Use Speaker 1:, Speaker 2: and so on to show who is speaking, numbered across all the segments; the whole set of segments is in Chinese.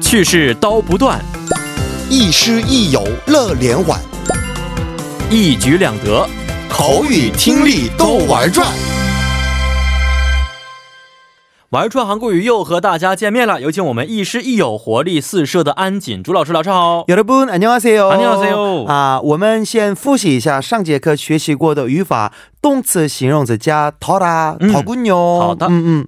Speaker 1: 去世刀不断，
Speaker 2: 亦师亦友乐连环，
Speaker 1: 一举两得。
Speaker 2: 口语听力都玩转。
Speaker 1: 玩转韩国语又和大家见面了，有请我们亦师亦友、活力四射的安锦竹老师，老师好。
Speaker 3: 여러분 안녕하세요.
Speaker 1: 안녕하세요.
Speaker 3: 啊，我们先复习一下上节课学习过的语法，动词、形容词加 더라、
Speaker 1: 음.
Speaker 3: 더군요.
Speaker 1: 好的。
Speaker 3: 음, 음.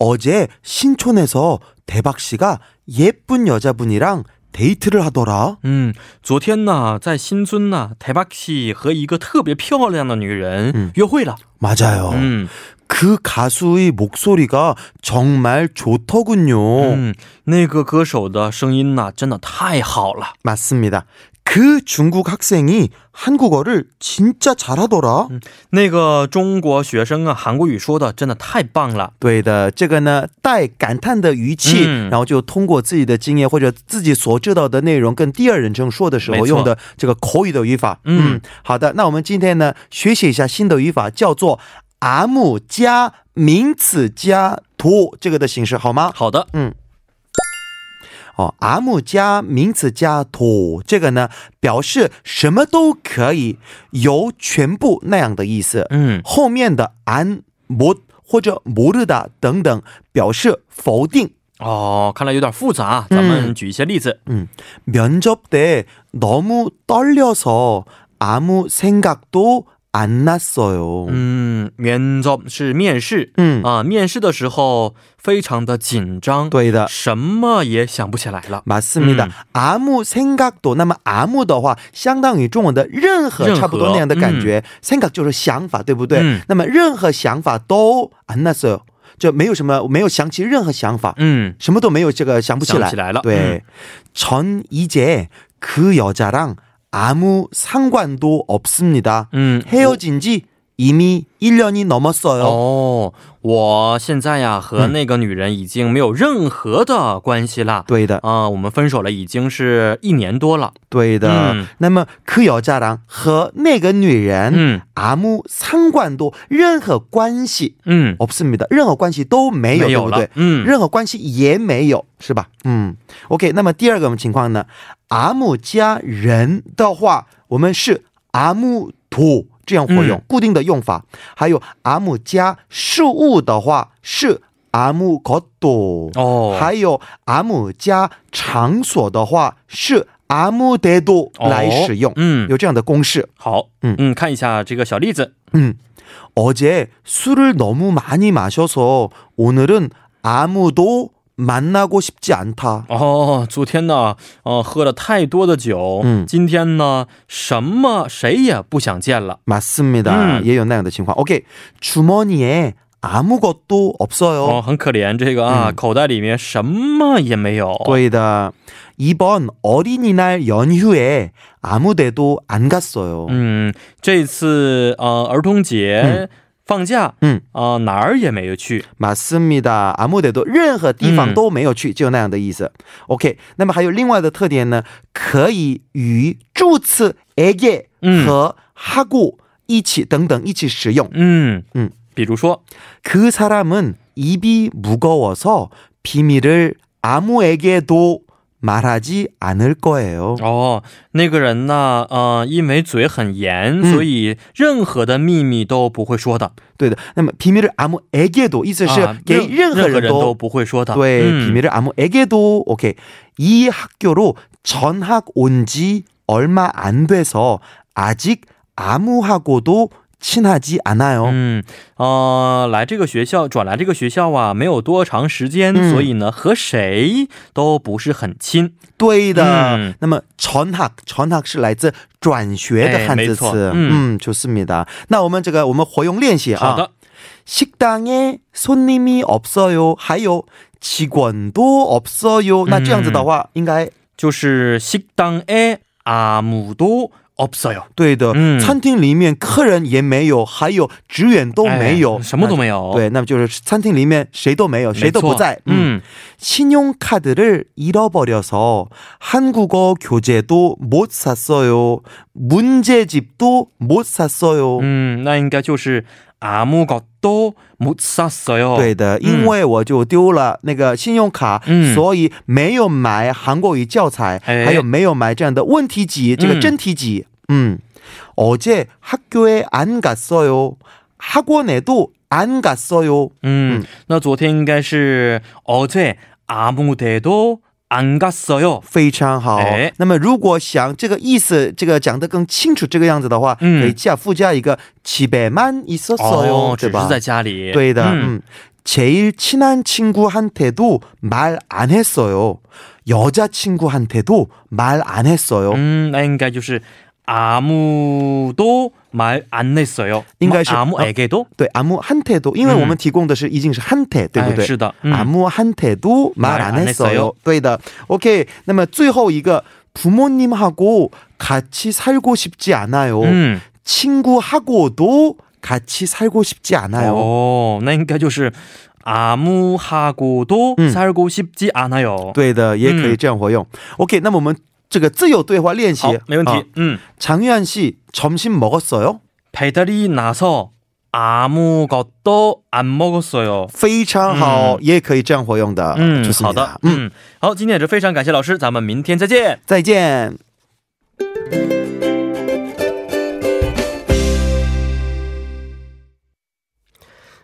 Speaker 3: 어제 신촌에서 대박 씨가 예쁜 여자분이랑 데이트를 하더라.
Speaker 1: 嗯，昨天呢，在新村呢，台巴西和一个特别漂亮的女人、约会了。
Speaker 3: 맞아요.
Speaker 1: 嗯
Speaker 3: 그 가수의 목소리가 정말 좋더군요.
Speaker 1: 嗯，那个歌手的声音呐，真的太好了。
Speaker 3: 맞습니다. 그 중국 학생이 한국어를 진짜 잘하더라.
Speaker 1: 那个中国学生啊，韩国语说的真的太棒了。
Speaker 3: 对的，这个呢带感叹的语气、
Speaker 1: 嗯
Speaker 3: 然后就通过自己的经验或者自己所知道的内容跟第二人称说的时
Speaker 1: 没错
Speaker 3: 候用的这个口语的语法。
Speaker 1: 嗯
Speaker 3: 好的，那我们今天呢学习一下新的语法，叫做 am 加名词加 to 这个的形式，好吗？
Speaker 1: 好的，
Speaker 3: 哦，am 加名词加 to 这个呢表示什么都可以，有全部那样的意思。
Speaker 1: 嗯
Speaker 3: 后面的안못或者모르다等等表示否定。
Speaker 1: 哦，看来有点复杂啊，咱们举一些例子。
Speaker 3: 음, 면접 때 너무 떨려서 아무 생각도 안 났어요. 음,
Speaker 1: 嗯，면접是面试，
Speaker 3: 嗯
Speaker 1: 啊，面试的时候非常的紧张，，
Speaker 3: 对的。啊
Speaker 1: 什么也想不起来了。
Speaker 3: 맞습니다.
Speaker 1: 음.
Speaker 3: 아무 생각도 那么 아무 的话相当于中文的任何
Speaker 1: 任何
Speaker 3: 差不多那样的感觉 생각 就是想法对不对
Speaker 1: 嗯
Speaker 3: 那么任何想法都안났어요就没有什么没有想起任何想法
Speaker 1: 嗯，
Speaker 3: 什么都没有这个想不起来
Speaker 1: 想不起来了
Speaker 3: 对전이제그여자랑아무상관도없습니다
Speaker 1: 음
Speaker 3: 헤어진지이미1년이넘었어요
Speaker 1: 哦，我现在呀和
Speaker 3: 嗯
Speaker 1: 那个女人已经没有任何的关系了。
Speaker 3: 对的，
Speaker 1: 啊、我们分手了已经是一年多了。
Speaker 3: 对的。
Speaker 1: 嗯
Speaker 3: 那么그여자랑和那个女人
Speaker 1: 嗯
Speaker 3: 아무상관도任何关系
Speaker 1: 嗯，
Speaker 3: 없습니다，任何关系都哦没有，
Speaker 1: 没有
Speaker 3: 对不
Speaker 1: 了
Speaker 3: 对？。
Speaker 1: 嗯
Speaker 3: 任何关系也没有，是吧？嗯，OK。那么第二个情况呢？阿姆加人的话，我们是阿姆土这样活用、
Speaker 1: 嗯
Speaker 3: 固定的用法。还有阿姆加事物的话是阿姆口多，
Speaker 1: 哦，
Speaker 3: 还有阿姆加场所的话是阿姆德多
Speaker 1: 哦
Speaker 3: 来使用，
Speaker 1: 嗯，
Speaker 3: 有这样的公式。
Speaker 1: 好，嗯
Speaker 3: 嗯
Speaker 1: 嗯，看一下这个小例子。
Speaker 3: 음, 어제 술을 너무 많이 마셔서 오늘은 아무도 만나고 싶지 않다.
Speaker 1: 哦，昨天呢，呃，喝了太多的酒，
Speaker 3: 嗯
Speaker 1: 今天呢，什么谁也不想见了。
Speaker 3: 맞습니다.
Speaker 1: 음.
Speaker 3: 예요 나양의 칭화. 오케이. 주머니에 아무것도
Speaker 1: 哦，
Speaker 3: 없어요.
Speaker 1: 很可怜，这个
Speaker 3: 嗯
Speaker 1: 啊，口袋里面什么也没有。
Speaker 3: 또이다. 이번 어린이날 연휴에 아무데도 안 갔어요.
Speaker 1: 嗯，这次呃儿童节放假，
Speaker 3: 嗯
Speaker 1: 啊、哪儿也没有去。
Speaker 3: 맞습니다. 아무데도 任何地方都没有去，就那样的意思。 OK. 那么还有另外的特点呢，可以与助词에게
Speaker 1: 嗯。
Speaker 3: 和 하고 一起等等一起使用。
Speaker 1: 嗯
Speaker 3: 嗯
Speaker 1: 比如说，
Speaker 3: 그 사람은 입이 무거워서 비밀을 아무에게도 말하지 않을 거예요.
Speaker 1: 哦，那个人呢，呃，因为嘴很严，
Speaker 3: 嗯
Speaker 1: 所以任何的秘密都不会说的，
Speaker 3: 对的。那么 비밀을 아무에게도
Speaker 1: 啊任任何人都
Speaker 3: 意思是给任何人都。对，
Speaker 1: 不会说的。嗯
Speaker 3: 비밀을 아무에게도 오케이. 이 학교로 전학 온 지 얼마 안 돼서 아직 아무하고도 친하지 않아요.
Speaker 1: 嗯，呃，来这个学校，转来这个学校啊，没有多长时间，
Speaker 3: 嗯
Speaker 1: 所以呢，和谁都不是很亲。
Speaker 3: 对的。
Speaker 1: 嗯
Speaker 3: 那么 전학 전학 是来自转学的汉字
Speaker 1: 哎没
Speaker 3: 词
Speaker 1: 错。嗯
Speaker 3: 嗯 음, 좋습니다。那我们这个我们活用练习
Speaker 1: 好
Speaker 3: 啊。
Speaker 1: 的，
Speaker 3: 아, 식당에 손님이 없어요. 还有 직원도 없어요. 那这样子的话，应该
Speaker 1: 就是식당에아무도없어요，
Speaker 3: 对的。
Speaker 1: 嗯
Speaker 3: 餐厅里面客人也没有，还有职员都没有，
Speaker 1: 哎什么都
Speaker 3: 有。
Speaker 1: 没有。
Speaker 3: 对，那么就是餐厅里面谁都没有，谁都
Speaker 1: 没错
Speaker 3: 不在。嗯，
Speaker 1: 嗯，
Speaker 3: 신용카드를 잃어버려서 한국어 교재도 못 샀어요. 문제집도 못 샀어요.
Speaker 1: 嗯，那应该就是 음, 아무것도못샀어요。
Speaker 3: 对的，因为我就丢了那个信用卡，
Speaker 1: 嗯
Speaker 3: 所以没有买韩国语教材，
Speaker 1: 哎
Speaker 3: 还有没有买这样的问题集，这个真题集。嗯，어제학교에안갔어요학원에도안갔어요。
Speaker 1: 嗯，那昨天应该是어제아무데도안갔어요。
Speaker 3: 非常好
Speaker 1: 哎。
Speaker 3: 那么如果想这个意思，这个讲得更清楚，这个样子的话，
Speaker 1: 嗯哦
Speaker 3: 可以加附加一个七百만있었어요， 네,
Speaker 1: 只
Speaker 3: 对
Speaker 1: 是
Speaker 3: 吧？
Speaker 1: 在家里。
Speaker 3: 对的，
Speaker 1: 음.
Speaker 3: 嗯， 음. 제일친한친구한테도말 안했어요여자친구한테도말 안했어요
Speaker 1: 嗯，那应该就是 음, 아무도말안냈어요。
Speaker 3: 应该是
Speaker 1: 아무에게도。
Speaker 3: 对，아무한테도，因为我们提供的是已经是한테，对不对？
Speaker 1: 哎是的嗯
Speaker 3: 아무한테도말
Speaker 1: 말안
Speaker 3: 안했어
Speaker 1: 했어요
Speaker 3: 요，对的。OK，那么最后一个，부모님하고같이살고싶지않아요。
Speaker 1: 嗯，
Speaker 3: 친구하고도같이살고싶지않아요。
Speaker 1: 哦，那应该就是 어, 아무하고도
Speaker 3: 음.
Speaker 1: 살고싶지않아요。，
Speaker 3: 对的，也可以这样活用。OK，那么我们这个自由对话练习
Speaker 1: 好，，没问题
Speaker 3: 啊。
Speaker 1: 嗯，
Speaker 3: 장유한 씨 점심 먹었어요?
Speaker 1: 음. 배달이 나서 아무것도 안 먹었어요. 음, 嗯。
Speaker 3: 非常好，也可以这样活用的。
Speaker 1: 음。 嗯，好
Speaker 3: 아, 좋습니다. 음.
Speaker 1: 的，嗯，好，今天也是非常感谢老师，咱们明天再见。
Speaker 3: 再见。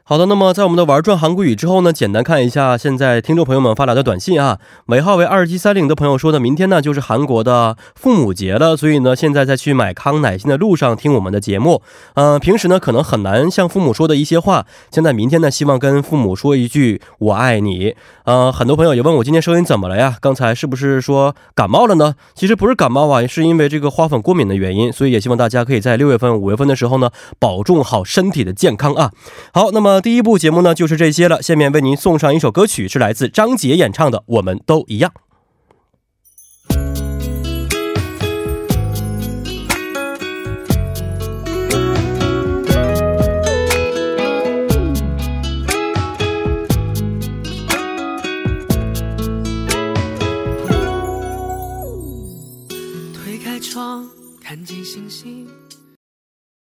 Speaker 4: 好的，那么在我们的玩转韩国语之后呢，简单看一下现在听众朋友们发来的短信啊，尾号为二七三零的朋友说呢，明天呢就是韩国的父母节了，所以呢现在在去买康乃馨的路上听我们的节目，嗯、平时呢可能很难向父母说的一些话，现在明天呢希望跟父母说一句我爱你，呃，很多朋友也问我今天声音怎么了呀？刚才是不是说感冒了呢？其实不是感冒啊，是因为这个花粉过敏的原因，所以也希望大家可以在六月份、五月份的时候呢，保重好身体的健康啊。好，那么第一部节目呢就是这些了。下面为您送上一首歌曲，是来自张杰演唱的《我们都一样》。
Speaker 5: 推开窗，看见星星，